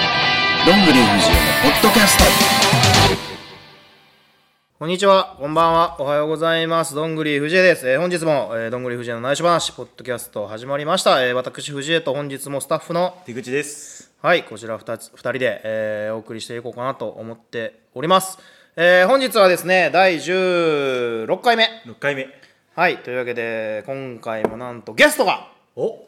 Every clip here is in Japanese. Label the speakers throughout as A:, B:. A: どんぐり藤枝のポッドキャスト
B: こんにちは、こんばんは、おはようございます。どんぐり藤江です。えー本日も、えーどんぐり藤江の内緒話、ポッドキャスト始まりました。えー私、藤江と本日もスタッフの、
C: 手口です。
B: はい、こちら2つ、二人で、えーお送りしていこうかなと思っております。えー本日はですね、第16回目。
C: 6回目。
B: はい、というわけで、今回もなんとゲストが
C: お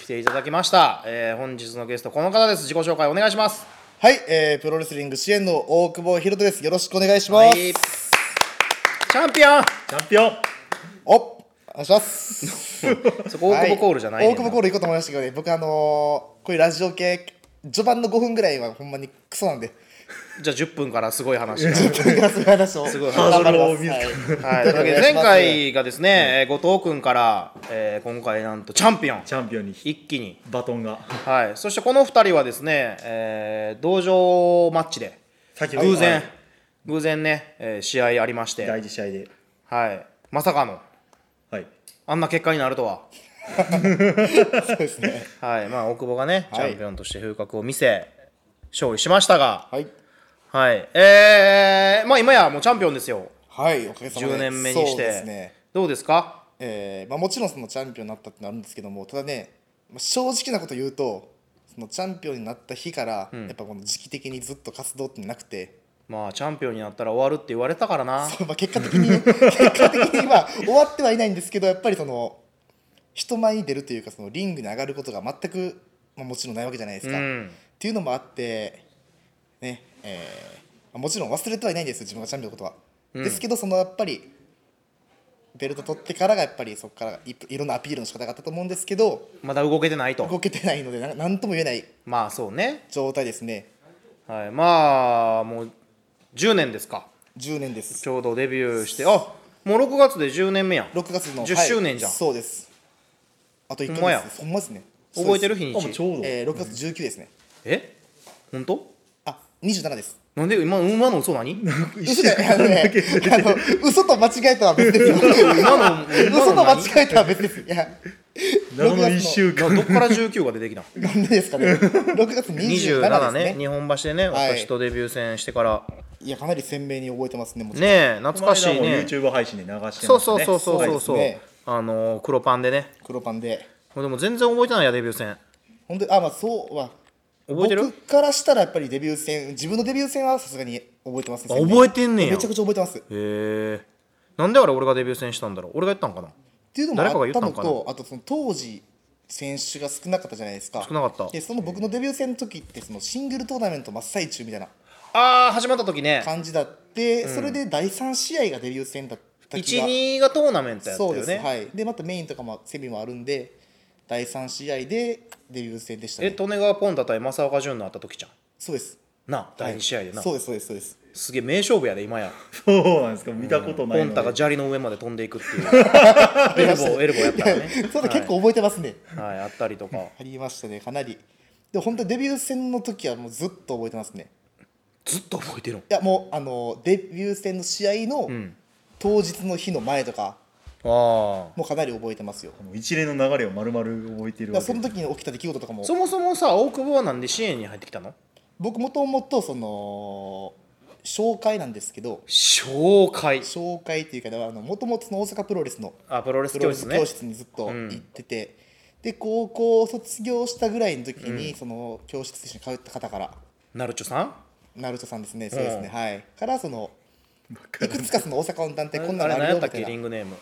B: 来ていただきました。えー本日のゲスト、この方です。自己紹介お願いします。
D: はい、えー、プロレスリング支援の大久保博人です。よろしくお願いしま
B: は
D: す。
B: いチャンピオン
C: チャンピオン
D: おっ、お願いします。
B: そこ、 大久保コールじゃない
D: は
B: ね
D: 大
B: ん
D: 久保コール行こうと思いましたけどね、僕あのー、こういうラジオ系、序盤の5分ぐらいはほんまにクソなんで、
B: じゃあ10分から すごい話が。
D: そう いう話を。す
B: ごい
C: ハードルを見る
B: はい、というわけで
D: お願
B: 前
D: いします
B: 回がですね、えー後藤君から、えー今回なんとチャンピオン
C: チャンピオンに
B: 一気に、
C: バトンが。
B: はい、そしてこの2人はですね、えー道場マッチで
C: 先
B: 偶然、
C: はい
B: 偶然ね、えー試合ありまして、
C: 第一試合で。
B: はい、まさかの
C: はい。
B: あんな結果になるとは、
D: そうですね。
B: はいまあ、大久保がね、
D: はい
B: チャンピオンとして風格を見せ勝利しましたが、
D: はい。
B: はいえーまあ、今やもうチャンピオンですよ
D: はい、おかげさまで。
B: 10年目にして
D: そうですね。
B: どうですか
D: えーまあ、もちろんそのチャンピオンになったってのはあるんですけどもただね、まあ正直なこと言うとそのチャンピオンになった日から、やっぱこの時期的にずっと活動ってなくて、
B: まあチャンピオンになったら終わるって言われたからな
D: そうまあ、結果的 にね結果的にまあ終わってはいないんですけどやっぱりその人前に出るというかそのリングに上がることが全く、まあ、もちろんないわけじゃないですか、
B: うん
D: っていうのもあってねえーまあもちろん忘れてはいないんですよ自分がチャンピオンのことは、ですけどそのやっぱりベルト取ってからがやっぱりそこからいいろんなアピールの仕方があったと思うんですけど
B: まだ動けてないと
D: 動けてないのでななんとも言えない
B: まあそうね
D: 状態ですね
B: はい、まあもう10年ですか
D: 10年です
B: ちょうどデビューしてあもう6月で10年目やん
D: 6月の
B: 10
D: はい
B: 周年じゃん
D: そうですあと1
B: ほ
D: ヶ
B: んまや
D: 月ですほんまですね
B: 覚えてる
D: そうです
B: 日
C: あ、
B: に
C: もうち
B: ち
C: ょうど。
D: えー、6月19ですね。
B: え本当
D: あ、27です。
B: なんで今今の嘘何
D: 嘘だよ、あのね、あの嘘と間違えたは別ですよ。
B: 今の
D: 嘘と間違えたは別です。いや、
C: 謎の
D: 6月の
C: 1週
B: な
C: 間。
B: どっから19が出てきた
D: なんでですかね。6月27です
B: 27ね
D: ね。
B: 日本橋でね
D: はい
B: 私とデビュー戦してから
D: いや、かなり鮮明に覚えてますね。もちろん
B: ねえ懐かしい
C: この間も
B: ね
C: YouTube 配信で流してますね。
B: そうそうそうそうそう
D: そ
B: そうう、
D: ですね
B: あのー黒パンでね
D: 黒パンで。
B: でも全然覚えてないやデビュー戦
D: 本当にあ、まあ、そうは。
B: 覚えてる
D: 僕からしたらやっぱりデビュー戦、自分のデビュー戦はさすがに覚えてます
B: あ
D: ね。
B: 覚えてんねんや
D: めちゃくちゃ覚えてます。っ
B: へえなんであれ俺がデビュー戦したんだろう俺がやったんかな
D: ていうのもあ
B: 誰
D: っ
B: か
D: た
B: が言
D: の
B: ったんか
D: と、あとその当時、選手が少なかったじゃないですか。
B: 少なかった
D: で、その僕のデビュー戦の時って、そのシングルトーナメント真っ最中みたいな。
B: ああ始まった時ね
D: 感じだって、それで第3試合がデビュー戦だった気が
B: 12がトーナメントやったよ
D: そう
B: ね
D: です、はい、でまたメインとかもセミもあるんで第3試合でデビュー戦でした
B: え
D: ね
B: 利根川ポンタ対正岡潤のあった時じゃん
D: そうです
B: なあ第2試合でな、
D: そうですそうですそうです
B: すげえ名勝負やで今や
C: そうなんですか。見たことな
B: ポ
C: い
B: ン
C: の
B: タ
C: で。
B: が砂利の上まで飛んでいくって いうエルボーエルボーやったらね
D: そうだ結構覚えてますね、
B: はいあったりとか
D: ありましたねかなりでも本当にデビュー戦の時はもうずっと覚えてますね
B: ずっと覚えてる
D: いやもうあのデビュー戦の試合の当日の日の前とか
B: のああ
D: もうかなり覚えてますよ、
C: この一連の流れを丸々覚えてるわ
D: だからそ
C: け
D: の
C: で。
D: 時に起きた出来事とかも
B: そもそもさ大久保はなんで支援に入ってきたの
D: 僕もともとその紹介なんですけど
B: 紹介
D: 紹介っていうかもともと大阪プロレスの
B: あプロレス
D: プロ
B: 教
D: レス
B: 室ね
D: 教室にずっと行ってて、で高校を卒業したぐらいの時に、その教室と一緒に通った方から
B: ナルチョさん
D: ナルトさんですねそうですね、
B: う
D: はいからそのいくつかその大阪の団体こんな
B: あれ
D: の
B: 何
D: ある
B: や
D: よ
B: った
D: み
B: ったけリ
D: い
B: ン
D: な
B: グネーム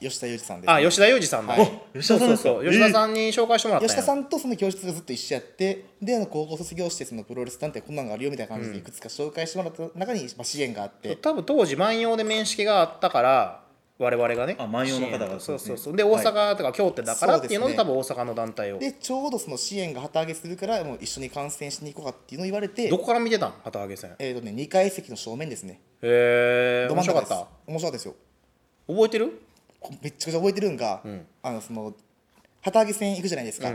D: 吉田裕二さんです、
B: あ吉田裕二さんだ、
D: はい
C: お吉田さんですか
B: そうそうそう吉田さんに紹介してもらったんや
D: 吉田さんとその教室がずっと一緒やってであの高校卒業してそのプロレス団体こんなのがあるよみたいな感じでいくつか紹介してもらった中に、まあ、支援があって
B: 多分当時万葉で面識があったから我々がね
C: あ万葉の方が
B: そう
C: そうです
B: そう
C: ね
B: そうで大阪とか京都だからっていうので
D: そ
B: 多
D: うです
B: 分大阪の団体を
D: でちょうどその支援が旗揚げするからもう一緒に観戦しに行こうかっていうのを言われて
B: どこから見てたん旗揚げ戦へ
D: えーとね、2階席の正面ですね。
B: え
D: ど
B: 面
D: 真ん
B: 白
D: 中
B: か
D: で
B: っ
D: す
B: た
D: 面白かったですよ。
B: 覚えてる
D: こめっちゃくちゃ覚えてるんが、あのその旗揚げ戦行くじゃないですか。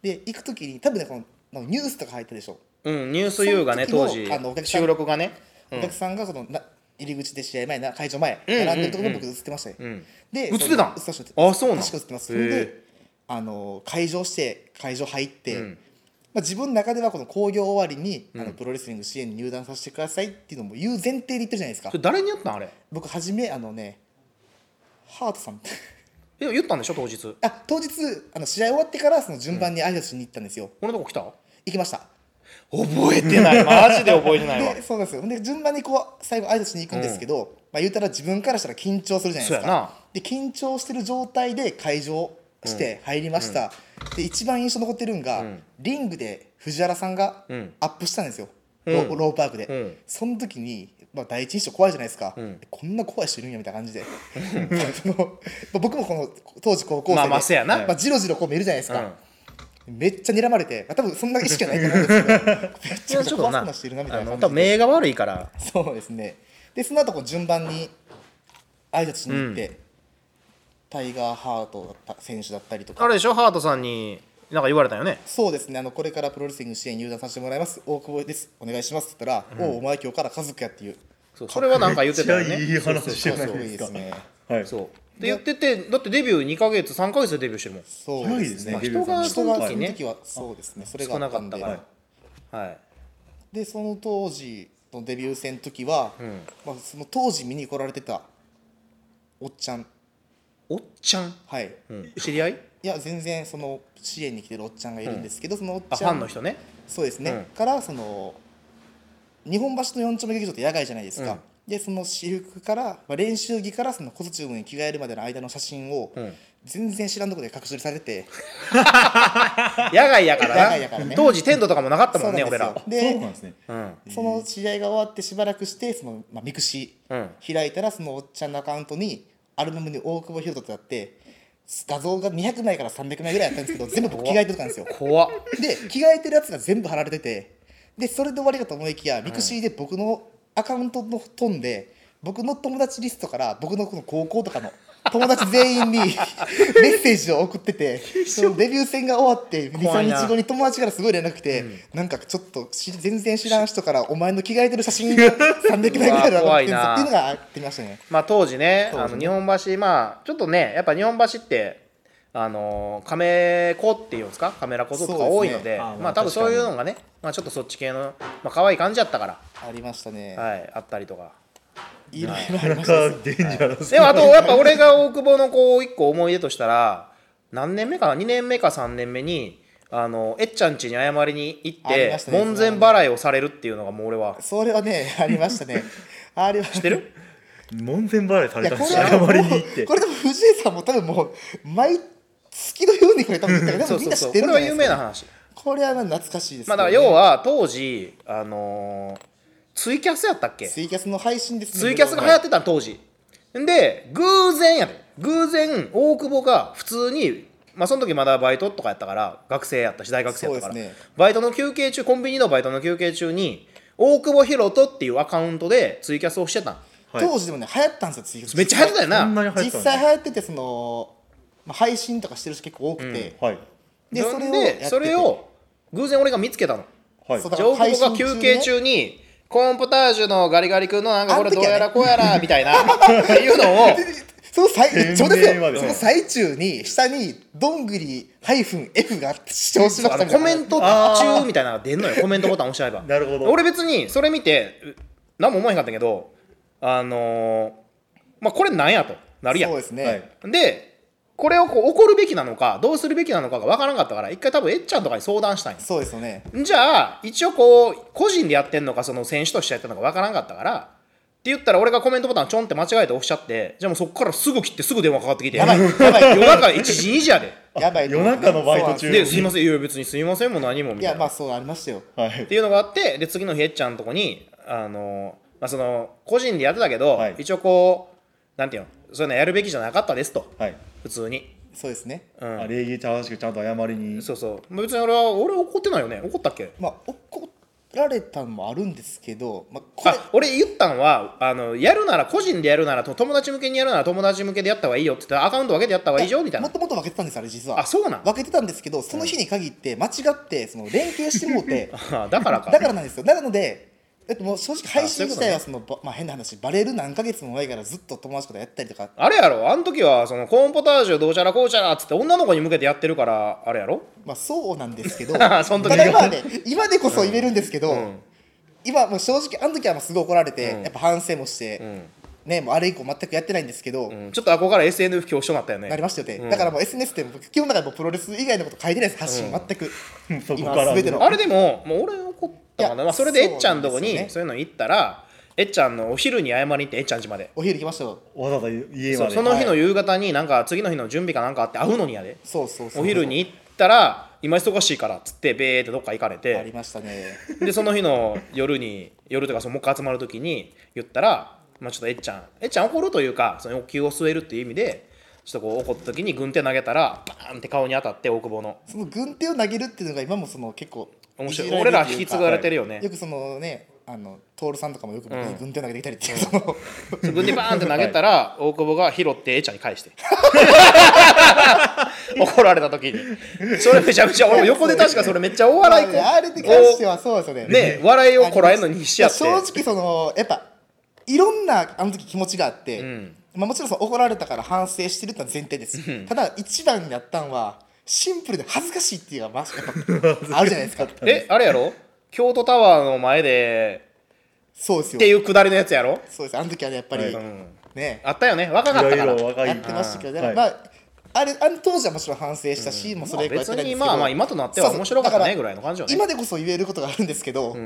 D: で行く時に多分ねこのなんかニュースとか入ったでしょ。
B: うんニュース U がね
D: その
B: 当
D: 時
B: 時
D: のあのお客さん
B: 収録がね
D: お客さんがそのな入り口で試合前な会場前並んでるところに僕映ってましたね。で
B: 映ってたん
D: その映ってました
B: あそうなん
D: 確か映ってま
B: へ
D: す。そ
B: ー
D: れであの会場して会場入って、まあ、自分の中ではこの興行終わりに、あのプロレスリング支援に入団させてくださいっていうのも言う前提で言ってるじゃないですか
B: それ誰に言ったんあれ
D: 僕初めあのねハートさん
B: え言ったんでしょ当日
D: あ当日あの試合終わってからその順番に挨拶しに行ったんですよ、
B: 俺のとこ来た
D: 行きました
B: 覚えて ないマジで覚えてないわ
D: でそうなんですよで順番にこう最後挨拶しに行くんですけど、まあ、言うたら自分からしたら緊張するじゃないで
B: そ
D: す
B: うやな
D: かで緊張してる状態で会場して入りました、で一番印象残ってるんが、リングで藤原さんが
B: ん
D: アップしたんですよ、ロ
B: うん
D: ローパークで、
B: うん
D: その時に、まあ、第一印象怖いじゃないですか、
B: ん
D: こんな怖い人いるんやみたいな感じで そのまあ僕もこの当時高校生で、
B: まあまあそうやな
D: まあ、じろじろこう見るじゃないですか、めっちゃ睨まれて、まあ、多分そんな意識はないと思う んですけどめ
B: い
D: っちゃ
B: や
D: くち
B: ち
D: ゃ
B: ょっと
D: 怖
B: な
D: そうな人いるなみた
B: あ
D: いな
B: の
D: 感
B: 多分
D: じで
B: 目が悪いから
D: そうですねでその後こう順番に挨拶しに行って、タイガー・ハートだった選手だったりと
B: あ
D: か
B: れでしょハートさんになんか言われたよね
D: そうですねあのこれからプロレスリング支援入団させてもらいます大久保ですお願いしますって言ったら「おうお前今日から家族や」っていう
B: そうそれはなんか言ってたよ
C: めっちゃいい
B: ね
C: 話じゃないです
D: そうそうそういいですね
C: か。はい。
B: そうで言っててだってデビュー2か月3か月でデビューしてるもん
D: そう
C: 早いですね。
B: まあ
C: デビューさん
B: 人
D: 人
B: が
D: が
B: その
D: そ
B: 時
D: の
B: ね
D: 時はそうですねそれが
B: 少
D: あ
B: な
D: った
B: か
D: ん
B: っ
D: で
B: たからはい
D: でその当時のデビュー戦の時は、まあ、その当時見に来られてたおっちゃん
B: おっちゃん
D: はい
B: うん知り合い
D: いや全然その支援に来てるおっちゃんがいるんですけど、そのおっ
B: あ
D: ち
B: フ
D: ゃん
B: ァンの人 ね
D: そうですね、
B: うん
D: からその日本橋の四丁目劇場って野外じゃないですか、でその私服から、まあ、練習着からそのコスチュームに着替えるまでの間の写真を、
B: ん
D: 全然知らんとこで隠し撮りされて
B: 野外やから
D: 野
B: な
D: 外やからね
B: 当時テントとかもなかった
D: そ
B: も
D: うん
B: ね俺ら
D: なんです
C: そう
D: よ
C: なん
D: で
C: ですね。
B: うん
D: その試合が終わってしばらくしてその、まあ、ミクシ
B: うん
D: ー開いたらそのおっちゃんのアカウントにアルバムに大久保宏人ってあって画像が200枚から300枚ぐらいあったんですけど全部僕着替えてたんですよ
B: 怖っ
D: で着替えてるやつが全部貼られててでそれで終わりかと思いきやミクシーで僕のアカウントの飛んで僕の友達リストから僕のこの高校とかの友達全 員にメッセージを送っててそのデビュー戦が終わって
B: 怖いな
D: 23日後に友達からすごい連絡来て、なんかちょっとし全然知らん人からお前の着替えてる写真 が300枚ぐらい上がってるぞっていうのがあってましたね
B: まあ当時ね
D: そうで
B: あ
D: す
B: の
D: ね
B: 日本橋まあちょっとねやっぱ日本橋ってあのーカメコっていうんですかカメラ小僧とか多いの
D: そう
B: で
D: ですね
C: あーまあ
B: まあ多分そういうのがね、まあ、ちょっとそっち系の、まあ可愛い感じやったか
D: ありましたね、
B: ら、はい、あったりとか
D: い、ろいろあり
C: な
D: ま
C: かなか
D: したね
C: デンジャラス。
B: でもあとやっぱ俺が大久保のこう一個思い出としたら何年目かな2年目か3年目にあのえっちゃん家に謝りに行っ
D: あり
B: て
D: ましたね
B: 門前払いをされるっていうのがもう俺は
D: それはねありましたねあれは知
B: 知ってる
C: 門前払いさ
D: い
C: れた
D: や
C: ん
D: こ
C: です
D: れ
C: よ。
D: はも
C: 謝りに行って
D: う。これでも藤井さんも多分もう毎月のようにこれ多分言ったから多
B: そう
D: 分みん
B: そうそ
D: な知
B: う
D: っ
B: こ
D: てる
B: れは
D: んじゃない
B: 有
D: で
B: 名
D: す
B: な
D: か
B: 話
D: これは懐かしいです
B: まあだから要は当時あのーツイキャスやったっけ
D: ツイキャスの配信ですね
B: ツイキャスが流行ってたの当時で偶然やで偶然大久保が普通にまあその時まだバイトとかやったから学生やったし大学生やったから、
D: そうですね
B: バイトの休憩中コンビニのバイトの休憩中に大久保博人っていうアカウントでツイキャスをしてたん
C: はい
D: 当時でもね流行ったんですよツイキャス
B: めっちゃ流行ってたよ
C: そんな
B: な
C: に流行っ
D: 実
C: たん
D: 際
C: だ
D: 流行っててその、まあ、配信とかしてる人結構多くて、
C: はい。
D: でそれをやって
B: で
D: て
B: それを偶然俺が見つけたの
C: はい
D: そう。だから
B: 上久保が休憩
D: 配信
B: 中にコーンポタージュのガリガリ君のなんかこれどうやらこうやらみたい なっていうのを
D: その最ちょうどです
C: 天然は
D: よ
C: です
D: そ
C: ね
D: の最中に下にどんぐり -f が視聴しまし
B: あ
D: た
B: の
D: みた
B: コ
D: いな
B: メント中みたいなのが出んのよコメントボタン押しちゃえば
C: なるほど
B: 俺別にそれ見てう何も思わへんかったけどあのーまあこれなんやとなるやん
D: そうですね、
C: はい
B: でこれをこう怒るべきなのかどうするべきなのかが分からんかったから一回多分えっちゃんとかに相談したんや
D: そうですよね
B: じゃあ一応こう個人でやってんのかその選手としてやってんのか分からんかったからって言ったら俺がコメントボタンちょんって間違えて押しちゃってじゃあもうそっからすぐ切ってすぐ電話かかってきて
D: やばいやばい
B: 夜中1時2時や で
D: やばい
C: 夜中のバイト中
B: ですいませんいや別にすいませんもう何もみ
D: い
B: たい
D: や
B: な
D: まあそうありましたよ
C: は
B: っ
C: い。
B: ていうのがあってで次の日えっちゃんのとこにあの、まあ、その個人でやってたけど、
C: はい
B: 一応こうなんていうのそういうのやるべきじゃなかったですと
C: はい。
B: 普通に、
D: そうですね
B: うん
C: あ礼儀正しくちゃんと謝りに。
B: そうそう別に俺は俺怒ってないよね怒ったっけ
D: まあ、怒られたのもあるんですけど、まあ、これ
B: あ俺言ったのはあのやるなら個人でやるならと友達向けにやるなら友達向けでやった方がいいよって言ったらアカウント分けてやった方がいいよみたい
D: も
B: な
D: ともと分けてたんですあれ実は
B: あそうなん
D: 分けてたんですけどその日に限って間違ってその連携してもうて
B: あだからか
D: だからなんですよなのでえっともう正直配信自体はそのばまあ、変な話バレる何ヶ月も前からずっと友達とかやったりとか
B: あれやろあの時はそのコーンポタージュどうちゃらこうちゃらっつって女の子に向けてやってるからあれやろ
D: まあそうなんですけど
B: そん時
D: ただ今で今でこそ言えるんですけど、
B: ん
D: 今もう正直あの時はもうすごい怒られて、やっぱ反省もして、ねもうあれ以降全くやってないんですけど、
B: うんちょっと憧れ SNF 教師となったよね
D: なりましたよね、だからもう SNS でも基本だからもうプロレス以外のこと書いてないです発信全く、
C: そこ
D: 今
C: から
D: 全ての
B: あれでももう俺怒ったか
D: い
B: な、
D: や
B: まあ、それでえっちゃんのとこ
D: そうなん
B: に
D: です
B: そういうの行ったらえっちゃんのお昼に謝りに行ってえっちゃん家まで
D: お昼行きましたよ
C: わざわざ家
B: そ
C: ま
B: う
C: で
B: その日の夕方になんか次の日の準備かなんかあって会うのにやで
D: そうそうそう
B: お昼に行ったら今忙しいからっつってベーってどっか行かれ
D: あり
B: て
D: ましたね
B: でその日の夜に夜とかそのもう一回集まる時に言ったら、まあ、ちょっとえっちゃんえっちゃん怒るというかその欲求を据えるっていう意味でちょっとこう怒った時に軍手投げたらバーンって顔に当たって大久保の
D: その軍手を投げるっていうのが今もその結構
B: 面白
D: い
B: い
D: じれ
B: 俺
D: る
B: ら
D: というか
B: 引き継がれてるよね、
D: よくそのねあの徹さんとかもよく僕
B: う
D: に
B: ん
D: 軍手投げてきたりっていう、その
B: 自分でバーンって投げたら大久保が拾って A ちゃんに返して 怒られた時にそれめちゃめちゃ俺横で確かそれめっちゃお笑いこう
D: あれに関してはそうですよね
B: ね笑いをこらえるのに必死やって
D: 正直そのやっぱいろんなあの時気持ちがあって、
B: ん
D: まあ、もちろんその怒られたから反省してるってのは前提です、ただ一番やったんはシンプルで恥ずかしいっていうのはまあやっぱあるじゃないですか
B: えあれやろ京都タワーの前で
D: そうです
B: ってい
D: よ
B: うくだりのやつやろ、
D: そうですあの時はねやっぱり、
C: はい
B: うん、
D: ね
B: あったよね若かったから
C: いろいろ若
D: や
C: い
D: ってましたけどだ
C: はい
D: からまあ、あれあの当時はもちろん反省したし、もうそれ以降やって
B: 別
D: ないんで
B: に
D: すけど
B: まあまあ今となっては面白かった
D: そうそうだ
B: ね
D: ら
B: ぐらいの感じよね
D: 今でこそ言えることがあるんですけど、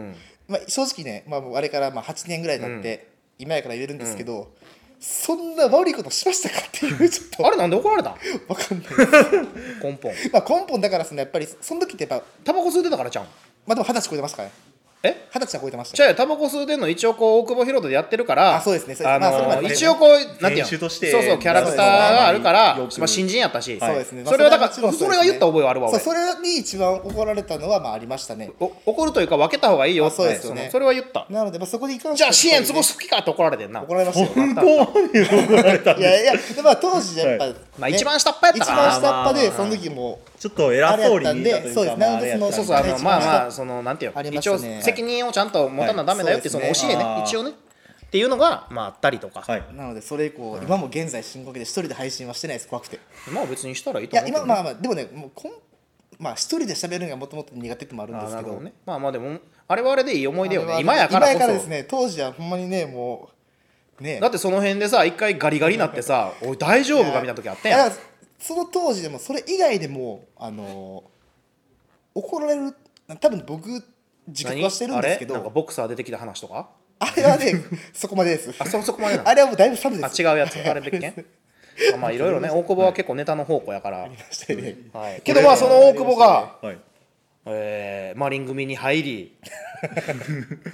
D: まあ、正直ね、まあ、もうあれからまあ8年ぐらい経って、今やから言えるんですけど、そんな悪いことしましたかっていうちょっと
B: あれなんで怒られたん
D: わかんないです
B: 根本
D: まあ根本だからそのやっぱりその時ってやっぱ
B: タバコ吸うてたからちゃうん
D: まあでも二十歳超えてましたからね
B: え
D: 二十歳は超えてました
B: じゃあタバコ吸うてんの一応こう大久保広斗でやってるから
D: あそうですねそうです
B: あの
D: まあそれまでね
B: 一応こうなんていうの
C: 選手として
B: そうそうキャラクターがあるから、まあ、新人やったし、
D: そうですね、まあ
B: それはだから
D: もちろんうです
B: それは言った覚えはあるわ
D: そ
B: 俺
D: うそれに一番怒られたのはまあありましたね
B: お怒るというか分けた方がいいよっ
D: あ
B: て
D: そうですよね
B: のそれは言った
D: なのでまあそこに関して
B: じゃ
D: は
B: あ支援都合
D: やっ
B: 好きかって怒られてんな
D: ぱりね怒られましたよ
C: 本当に怒られた
D: いやいやでまあ当時やっぱ、
C: はい
B: まあ一番下っ端やった
D: 一
B: から
D: 番下っ端で
B: まあまあ
D: その時もう
C: ちょっと偉そうに見えたとい
D: そう
C: う
D: です
C: かま
D: な
C: ああ
D: の
C: れや
D: でそ
B: そう
C: った
D: の
B: そう
C: り
B: あの
D: 一番
B: まあま
D: 下
B: あそのなんていうの
D: ありまし
B: 一
D: たね
B: 応責任をちゃんと持たなダメだよっていうそ
D: はい
B: の教えね
C: そうです
B: 一
C: ね
B: 応ねっていうのがまああったりとか、
C: はい
D: なのでそれ以降、今も現在進行形で一人で配信はしてないです怖くてい
B: まあ別にしたらいいと思う
D: や
B: けどね
D: 今まあまあでもねもうこんまあ一人で喋るのがもともと苦手ってのもあるんです
B: な
D: け
B: るほ
D: ど
B: どねまあまあでもあれはあれでいい思い出よ
D: あれは
B: ね今やからこそ
D: ですね当時はほんまにねもうね
B: だってその辺でさ一回ガリガリになって さ「おい大丈夫か?」みたいな時あったやん
D: いやその当時でもそれ以外でもあの怒られる多分僕自覚はしてるんですけ
B: 何あれなんか
D: ど
B: ボクサー出てきた話とか
D: あれはねそこまでです
B: あそそこまでなの
D: あれはもうだいぶサブで
B: あ
D: す
B: 違うや つあれ別件あまあいろいろね大久保は結構ネタの宝庫やから、はい、けどまあその大久保が、
C: はい
B: えーマリン組に入 り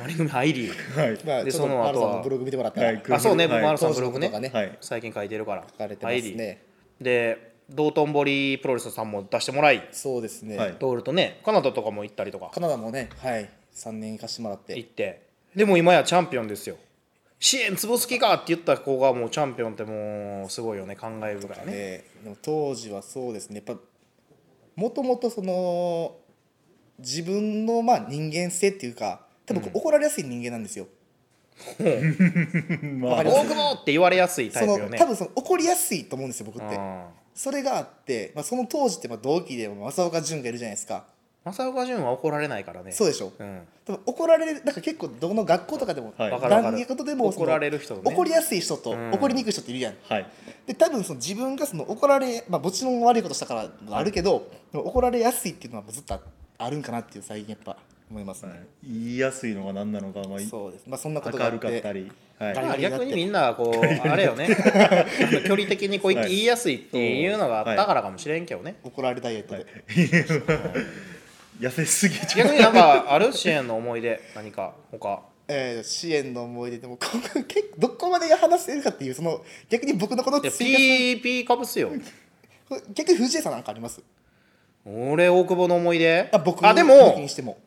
B: マリン組入り
C: はい
D: まあ、
B: で
D: ちょっ
B: そ
D: と
B: の
D: マル
B: 後
D: さ
B: は
D: んのブログ見てもらったら、
C: はい
B: あそうね、
C: はい
B: マルさんブログね
D: 当時のこと
C: がね
B: 最近書いてるから
D: 書かれてますね
B: 入りで道頓堀プロレスさんも出してもらい
D: そうですね、
C: はい
B: ドールとねカナダとかも行ったりとか
D: カナダもね、はい、3年行かしてもらって
B: 行ってでも今やチャンピオンですよ支援つぼすきかって言った子がもうチャンピオンってもうすごいよね感慨深いね
D: ででも当時はそうですねやっぱもともとその自分のまあ人間性っていうか多分こう怒られやすい人間なんですよ、
C: ま
D: わか
C: あ
D: り
B: 大
D: ます
B: 久保って言われやすいタ
D: そ
B: イプ
D: の
B: よね
D: 多分その怒りやすいと思うんですよ僕って
B: うん
D: それがあって、まあ、その当時ってまあ同期でも正岡潤がいるじゃないですか
B: 正岡潤は怒られないからね
D: そうでしょ、
B: うん
D: 多分怒られるなんか結構どの学校とかでも、
C: はいわ
B: かるわかる
D: 何やことでもその
B: 怒られる人とね
D: 怒りやすい人と怒りにくい人っているやん
C: はい
D: で多分その自分がその怒られ、まあ、もちろん悪いことしたからもあるけど、でも怒られやすいっていうのはもうずっとああるんかなっていう最近やっぱ思いますね、
C: 言いやすいのが何なのかまあ
D: そうです、まあ、そんなことがあ
C: 明る
D: っ
C: かった
D: て
C: りはい
D: ガリガリになっ
B: 逆
D: て
B: にみんなこう あれよねあの 距離的にこう
C: はい
B: 言いやすいっていうのがあったからかもしれんけどね
D: 怒られダイエットで、
C: 痩せすぎちゃう
B: 逆になんかある支援の思い出何か他
D: えー支援の思い出でもここ結構どこまでが話せるかっていうその逆に僕のこの
B: いやピ
D: 追
B: ーピーかぶすよ
D: 加する逆に藤江さんなんかあります
B: 俺大久保の思い出
D: あ僕
B: あで
D: 僕
B: も
D: にしても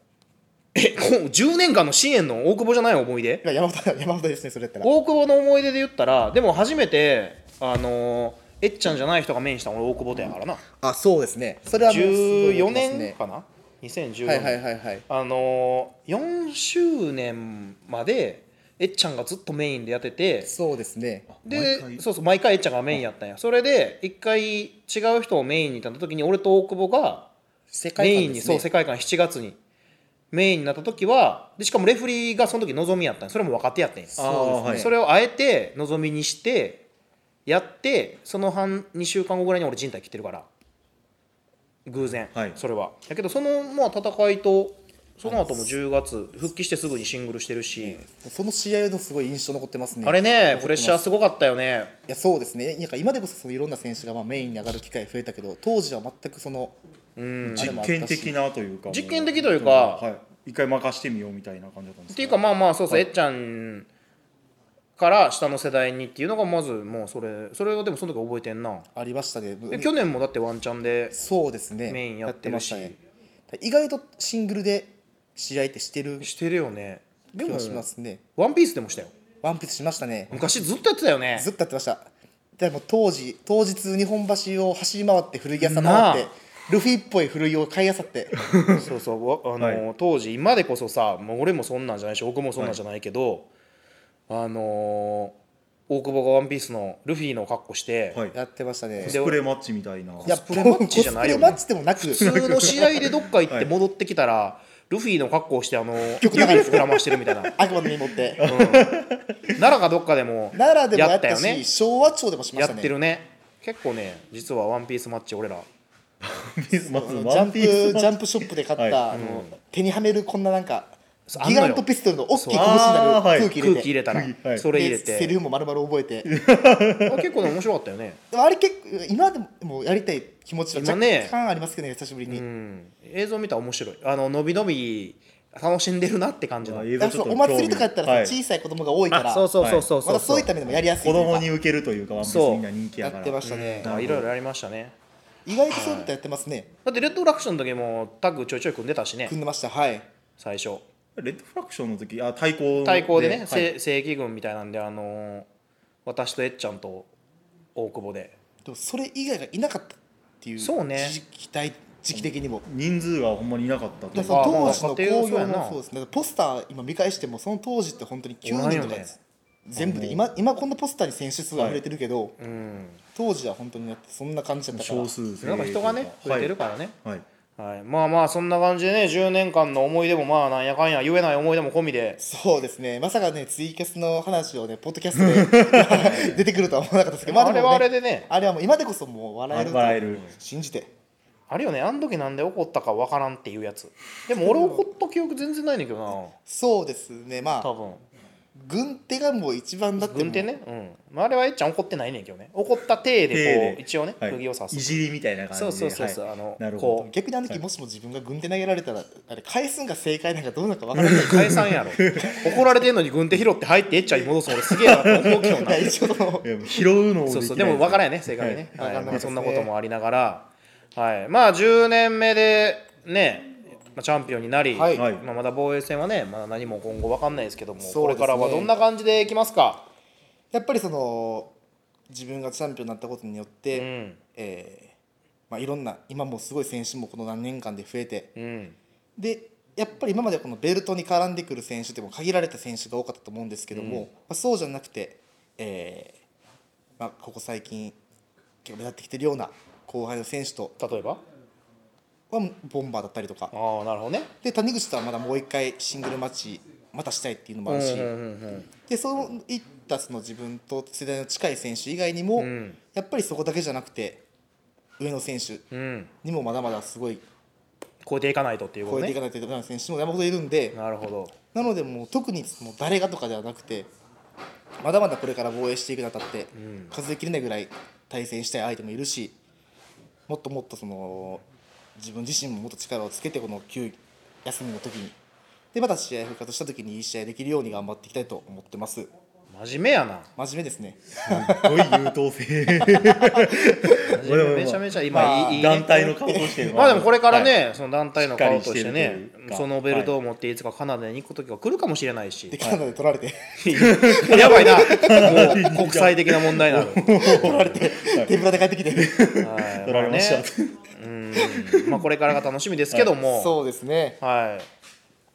B: えこう10年間の支援の大久保じゃない思い出
D: いや山本山本ですねそれやったら
B: 大久保の思い出で言ったらでも初めてあのーえっちゃんじゃない人がメインしたの俺大久保店やからな、
D: あそうですねそれはもうすごい思い
B: 14
D: ますね
B: 年かな2014年、
D: はいはいはいはい
B: あのー、4周年までえっちゃんがずっとメインでやってて
D: そうですね
C: 毎
B: で
C: 回
B: そうそう毎回えっちゃんがメインやったんやそれで一回違う人をメインになった時に俺と大久保が
D: 世界
B: メ
D: 観
B: インに
D: です
B: そう
D: ね
B: 世界観7月にメインになった時はでしかもレフェリーがその時のぞみやったんやそれも若手やったんや
C: ああ
D: そう
C: は
D: で
C: い
D: す
B: そ
D: ね
B: れをあえてのぞみにしてやってその半2週間後ぐらいに俺人体切ってるから偶然、
C: はい
B: それはだけどそのまあ戦いとその後も10月復帰してすぐにシングルしてるし、
D: その試合のすごい印象残ってますね
B: あれね
D: 残ってます
B: プレッシャーすごかったよね
D: いやそうですねなんか今でこそそのいろんな選手がまあメインに上がる機会増えたけど当時は全くその
B: うん
D: あれ
C: 実
D: もあったし
C: 験的なというか
B: 実験的というか
C: はい、一回任してみようみたいな感じだったんです
B: っていうかまあまあそうそう、えっちゃんから下の世代にっていうのがまずもうそれそれをでもその時覚えてんな
D: ありましたね
B: で去年もだってワンチャンで
D: そうですね
B: メインやってるし
D: やってましたね意外とシングルで試合ってしてる
B: してるよねで
D: 気
B: も
D: がしますね
B: ワンピースでもしたよ
D: ワンピースしましたね
B: 昔ずっとやってたよね
D: ずっとやってましたでも当時当日日本橋を走り回って古着屋さん
B: なあ
D: 回ってルフィっぽい古着を買いあさって
B: そうそうわあの、
C: は
B: 当時今でこそさもう俺もそんなんじゃないし僕もそんなんじゃないけど、あのー大久保がワンピースのルフィの格好して、
C: はい
D: やってましたね
C: コスプレマッチみたいない
D: や
B: コスプレマッチじゃないよね
D: コスプレマッチでもなく
B: 普通の試合でどっか行っ
C: は
B: て
C: い
B: 戻ってきたら、ルフィの格好をしてあの
D: 極端な
B: 指膨らましてるみたいな
D: 悪魔の身持って
B: 奈良かどっかでも
D: 奈良でもや
B: や
D: っ
B: った
D: た
B: よ
D: し
B: ね
D: 昭和町でもしま
B: やっ
D: し
B: た
D: ね
B: てるね結構ね実はワンピースマッチ俺ら
C: ま
D: あ
C: ず
D: のジ
C: ワ
D: ャ
C: ン
D: ンプ
C: ピ
D: ジ
C: ースマッチ
D: ャンプショップで買った、
C: は
D: あの手にはめるこんななんか
B: そうあん
D: ギ
B: のよ
D: ガントピストルの大きい拳に
C: あー
D: な
C: はい
D: る空気入れ
B: 空
D: て、
B: 気入れたら
C: 空気はい
B: それ入れ
D: でセリ
B: て
D: フも丸々覚えて
B: あ結構ね面白かったよね
D: でもあれ結構今でももうやりたい気持ちは
B: 今
D: 若
B: ね
D: 干ありますけどね久しぶりに、
B: うん映像見たら面白いあの伸び伸び楽しんでるなって感じの
C: あ映
D: だから
C: 像
D: そ
C: ち
D: の
C: ょっと
D: お祭りとかやったら、
C: はい
D: 小さい子供が多いから
B: あそうそうそうそう
D: またそういった意味でもやりやす
C: 子
D: いというか
C: 供に受けるというかワンピースみんな人気や
D: や
C: から
D: ってましたね、
B: あいろいろやりましたね
D: 意外とそういうことやってますね、
B: だってレッドフラクションの時もタッグちょいちょい組んでたしね
D: 組んでましたはい
B: 最初
C: レッドフラクションの時あ対抗
B: 対抗でね、
C: はい
B: せ正規軍みたいなんであのー私とえっちゃんと大久保で
D: でもそれ以外がいなかったっていう
B: そうね
D: 時期帯時期的にも、
C: 人数がほんまにいなかったと
D: だ
C: いう
D: からそ
B: まあまあ
D: の当時の
B: 家庭は
D: 興行も
B: そうやな
D: そうですねポスター今見返してもその当時って本当に
B: おら
D: 9
B: んよ
D: 人
B: ね
D: とかです全部で今今こんなポスターに選手数が溢れてるけど、
B: うん
D: 当時は本当にだってそんな感じだったから
C: 少数制
B: なんか人がね増えてるからね、
C: はい、は
B: は
C: い
B: いまあまあそんな感じでね10年間の思い出もまあなんやかんや言えない思い出も込みで
D: そうですねまさかねツイキャスの話をねポッドキャストで 出てくるとは思わなかったですけど、ま
B: あ
D: で
B: れ
D: も
B: は
D: ね
B: あれでね
D: あれはもう今でこそもう笑えると
C: 笑える
D: 信じて
B: あれよねあの時なんで怒ったかわからんっていうやつでも俺怒った記憶全然ないねんだけど
D: そうですねま
B: な
D: あ
B: 多分
D: 軍手がもう一番だっても
B: 軍
D: う
B: 手ね、うんまあ、あれはえっちゃん怒ってないねんけどね怒った手でこう一応ね、
C: はい
B: 釘を刺す
C: いじりみたいな感
B: そ
C: じで
B: うそうそうそう、
C: はい
B: あの
C: なるほ
B: こ
D: 逆にあの時もしも自分が軍手投げられたらあれ返すんが正解なんかどうなのか分からない う
B: 解散やろ怒られてんのに軍手拾って入ってえっちゃんに戻すの俺すげえなと思うけど
D: い
B: な
D: や一応その
C: どいや拾うのも
B: そうそう
C: き
B: で
C: ない
B: も分からんよね正確にね、
D: はい
B: はい
D: わかんない
B: まあ、
D: です
B: そ
D: ね
B: んなこともありながら、はい、まあ10年目でね、まあ、チャンピオンになり、
D: はい
C: はい
B: まあ、まだ防衛戦はねまだ何も今後分かんないですけども、
D: そ
B: こ
D: うで
B: れ
D: すね
B: からはどんな感じでいきますか
D: やっぱりその自分がチャンピオンになったことによって、
B: うん
D: えーまあ、いろんな今もうすごい選手もこの何年間で増えて
B: うん
D: でやっぱり今まではこのベルトに絡んでくる選手でも限られた選手が多かったと思うんですけども、まあ、そうじゃなくて、えーまあ、ここ最近結構目立ってきてるような後輩の選手と
B: 例えば
D: はボンバーだったりとか
B: ああなるほどね
D: で谷口とはまだもう一回シングルマッチまたしたいっていうのもあるし。
B: うんうんうん
D: でそういったその自分と世代の近い選手以外にも、
B: ん
D: やっぱりそこだけじゃなくて上野選手
B: うんうん
D: にもまだまだすごい
B: 超えていかないとっていうこ
D: 超
B: と
D: えて
B: ね
D: いかないといけない選手も山ほどいるんで、
B: なるほど
D: なのでもう特にその誰がとかではなくてまだまだこれから防衛していくにあたって、数えきれないぐらい対戦したい相手もいるしもっともっとその自分自身ももっと力をつけてこの休休みの時にでまた試合復活した時にいい試合できるように頑張っていきたいと思ってます
B: 真面目やな
D: 真面目ですね
C: す ごい優等生
B: 真面目めちゃめちゃ今、
D: まあ
B: いいいいね
C: 団体の顔として
B: まあでもこれからね、
C: はい
B: その団体の顔として
C: しっかり
B: ね
C: してるというか
B: そのベルトを持っていつかカナダに行く時が来るかもしれないし
D: で、カナダで取られて、
B: やばいなもう国際的な問題になる
D: 手ぶらで帰ってきて
B: 取
C: 取られました
B: うんまあ、これからが楽しみですけども、
D: そうですね
B: はい。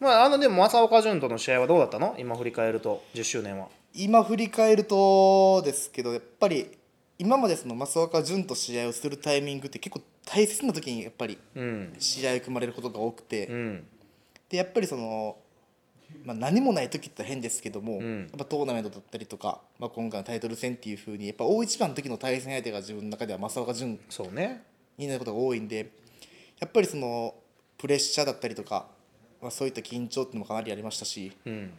B: まあ、あの、でも、正岡潤との試合はどうだったの今振り返ると、10周年は。
D: 今振り返るとですけどやっぱり今までその増岡潤と試合をするタイミングって結構大切な時にやっぱり
B: うん。
D: 試合を組まれることが多くて、
B: うん。
D: でやっぱりその、まあ、何もない時って変ですけども、
B: ん
D: やっぱトーナメントだったりとか、まあ、今回のタイトル戦っていう風にやっぱ大一番の時の対戦相手が自分の中では正岡潤
B: そうね。
D: になることが多いんでやっぱりそのプレッシャーだったりとか、まあ、そういった緊張っていうのもかなりありましたし、
B: うん。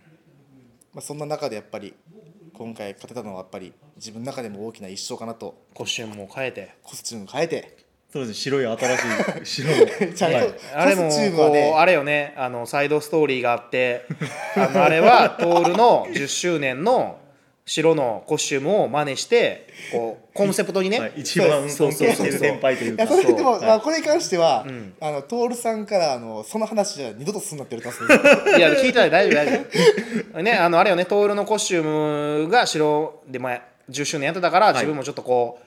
D: まあ、そんな中でやっぱり今回勝てたのはやっぱり自分の中でも大きな一勝かなと
B: コスチュームも変えて。
D: コスチューム変えて
C: そうですね白い新しい 白の
D: ちゃんと、
C: はい
B: あれも
D: コ
B: こ
D: スチュームは
B: う、
D: ね
B: あれよねあのサイドストーリーがあってあのあれはトールの10周年の白のコスチュームを真似してこうコンセプトにね、
C: はい一番
B: そ
C: 尊
B: う
C: 敬
B: そうそう
C: してる先輩という
D: い
C: か
D: やそれでも、
B: そう
D: まあ、これに関しては、
B: ん
D: あの徹さんからあのその話じゃ二度とすんなって言われたんですよ
B: いや聞いたら大丈夫大丈夫ねあのあれよねトールのコスチュームが白で前10周年やってたから、自分もちょっとこう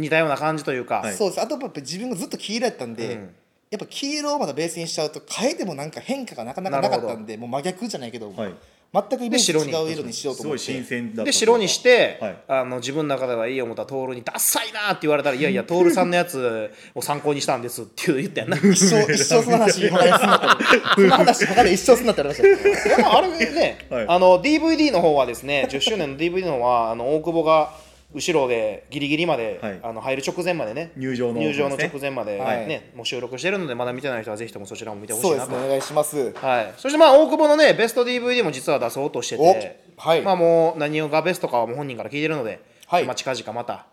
B: 似たような感じというか、
C: はい
D: そうですあとやっぱ自分がずっと黄色やったんで、
B: うん
D: やっぱ黄色をまだベースにしちゃうと変えてもなんか変化がなかなかなかったんでもう真逆じゃないけど、
C: はい
D: 全くイメー
B: で
D: ジと
B: 白に
D: 違う色にしようと
C: す
D: 思
C: ご
D: っ
C: い新
D: て
C: 鮮だった
B: で白にして、
C: はい
B: あの自分の中ではいい思ったトールに「ダッサいな」って言われたら「いやいやトールさんのやつを参考にしたんです」って言ったやんな
D: 一生一生その話他にすんなってその話他で一生すん なって言われました
B: いやまああれね、
C: はい
B: あの DVD の方はですね10周年の DVD の方はあの大久保が後ろでギリギリまで、
C: はい
B: あの入る直前までね
C: 入場の
B: 入場の
C: ですね
B: 直前まで、ね
D: はい
B: もう収録してるのでまだ見てない人はぜひともそちらも見てほ
D: そ
B: しい
D: うで
B: な
D: す
B: と
D: ねお願いします
B: はい、そしてまあ大久保のねベスト DVD も実は出そうとしてて、
D: おはい
B: まあもう何がベストかはもう本人から聞いてるので、
D: はい
B: まあ近々また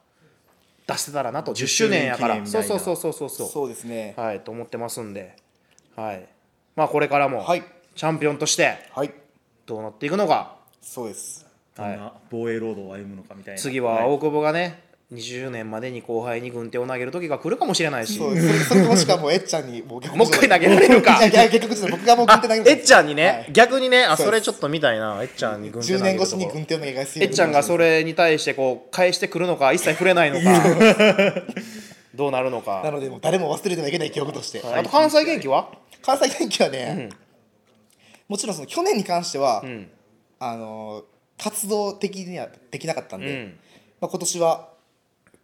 B: 出せたらなと10周年やから
C: 10
B: そう
C: 周年記念みた
B: そそうそう
C: いうな
B: そうそう
D: そうですね
B: はいと思ってますんで、はい、まあこれからも、
D: はい
B: チャンピオンとして
D: はい
B: どうなっていくのか
D: そうです
C: どんな防衛ロードを歩むのかみたいな
B: 次は大久保がね、20年までに後輩に軍手を投げる時が来るかもしれないし
D: そ
B: も
D: うですそれそれもし くはもうえっちゃんにもう
B: う一回投げられるか
D: いやいや結局ちょっと僕がもう軍手投げる
B: えっちゃんにね、
D: はい
B: 逆にねあ
D: そう
B: そ
D: です
B: れちょっと見たいなえっちゃんに軍手
D: 10
B: 投げ
D: 年
B: る
D: 越
B: と
D: し
B: こ
D: に軍手を投げ返す
B: えっちゃんがそれに対してこう返してくるのか一切触れないのかどうなるの
D: な
B: か
D: のでもう誰も忘れてはいけない記憶として、
B: あと関西元気は
D: 関西元気はね、もちろんその去年に関しては、
B: ん
D: あのー活動的にはできなかったんで、
B: うん
D: まあ、今年は、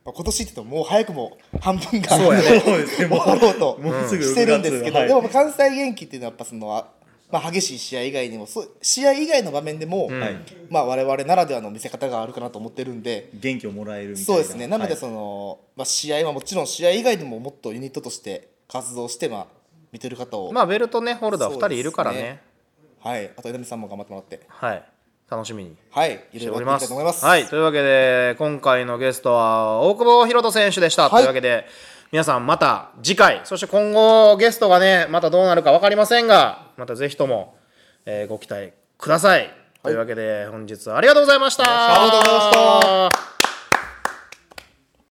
D: まあ、今年って言ってももう早くも半分が
B: そうや ね
C: そうですね
D: 終
C: もう
D: わろうと
C: もうすぐ
D: してるんですけど、
C: はい
D: でもまあ関西元気っていうのはやっぱその、あまあ、激しい試合以外にもそう試合以外の場面でも、
C: はい
D: まあ、我々ならではの見せ方があるかなと思ってるんで。
C: 元気をもらえるみたいな
D: そうですねなので
C: はい
D: その、まあ、試合はもちろん試合以外でももっとユニットとして活動して、まあ、見てる方を、
B: まあベルトねホルダー2
D: そう
B: 人
D: ですね
B: いるからね
D: はい、あと江波さんも頑張ってもらって、
B: はい楽しみに
D: はい、い
B: して
D: ろ
B: おり
D: いろや
B: ま
D: って
B: す
D: いきたいと思います。
B: はいというわけで今回のゲストは大久保博人選手でした、
D: はい
B: というわけで皆さんまた次回そして今後ゲストがねまたどうなるか分かりませんがまたぜひとも、えーご期待ください、というわけで本日はありがとうございました
D: ありがとうございました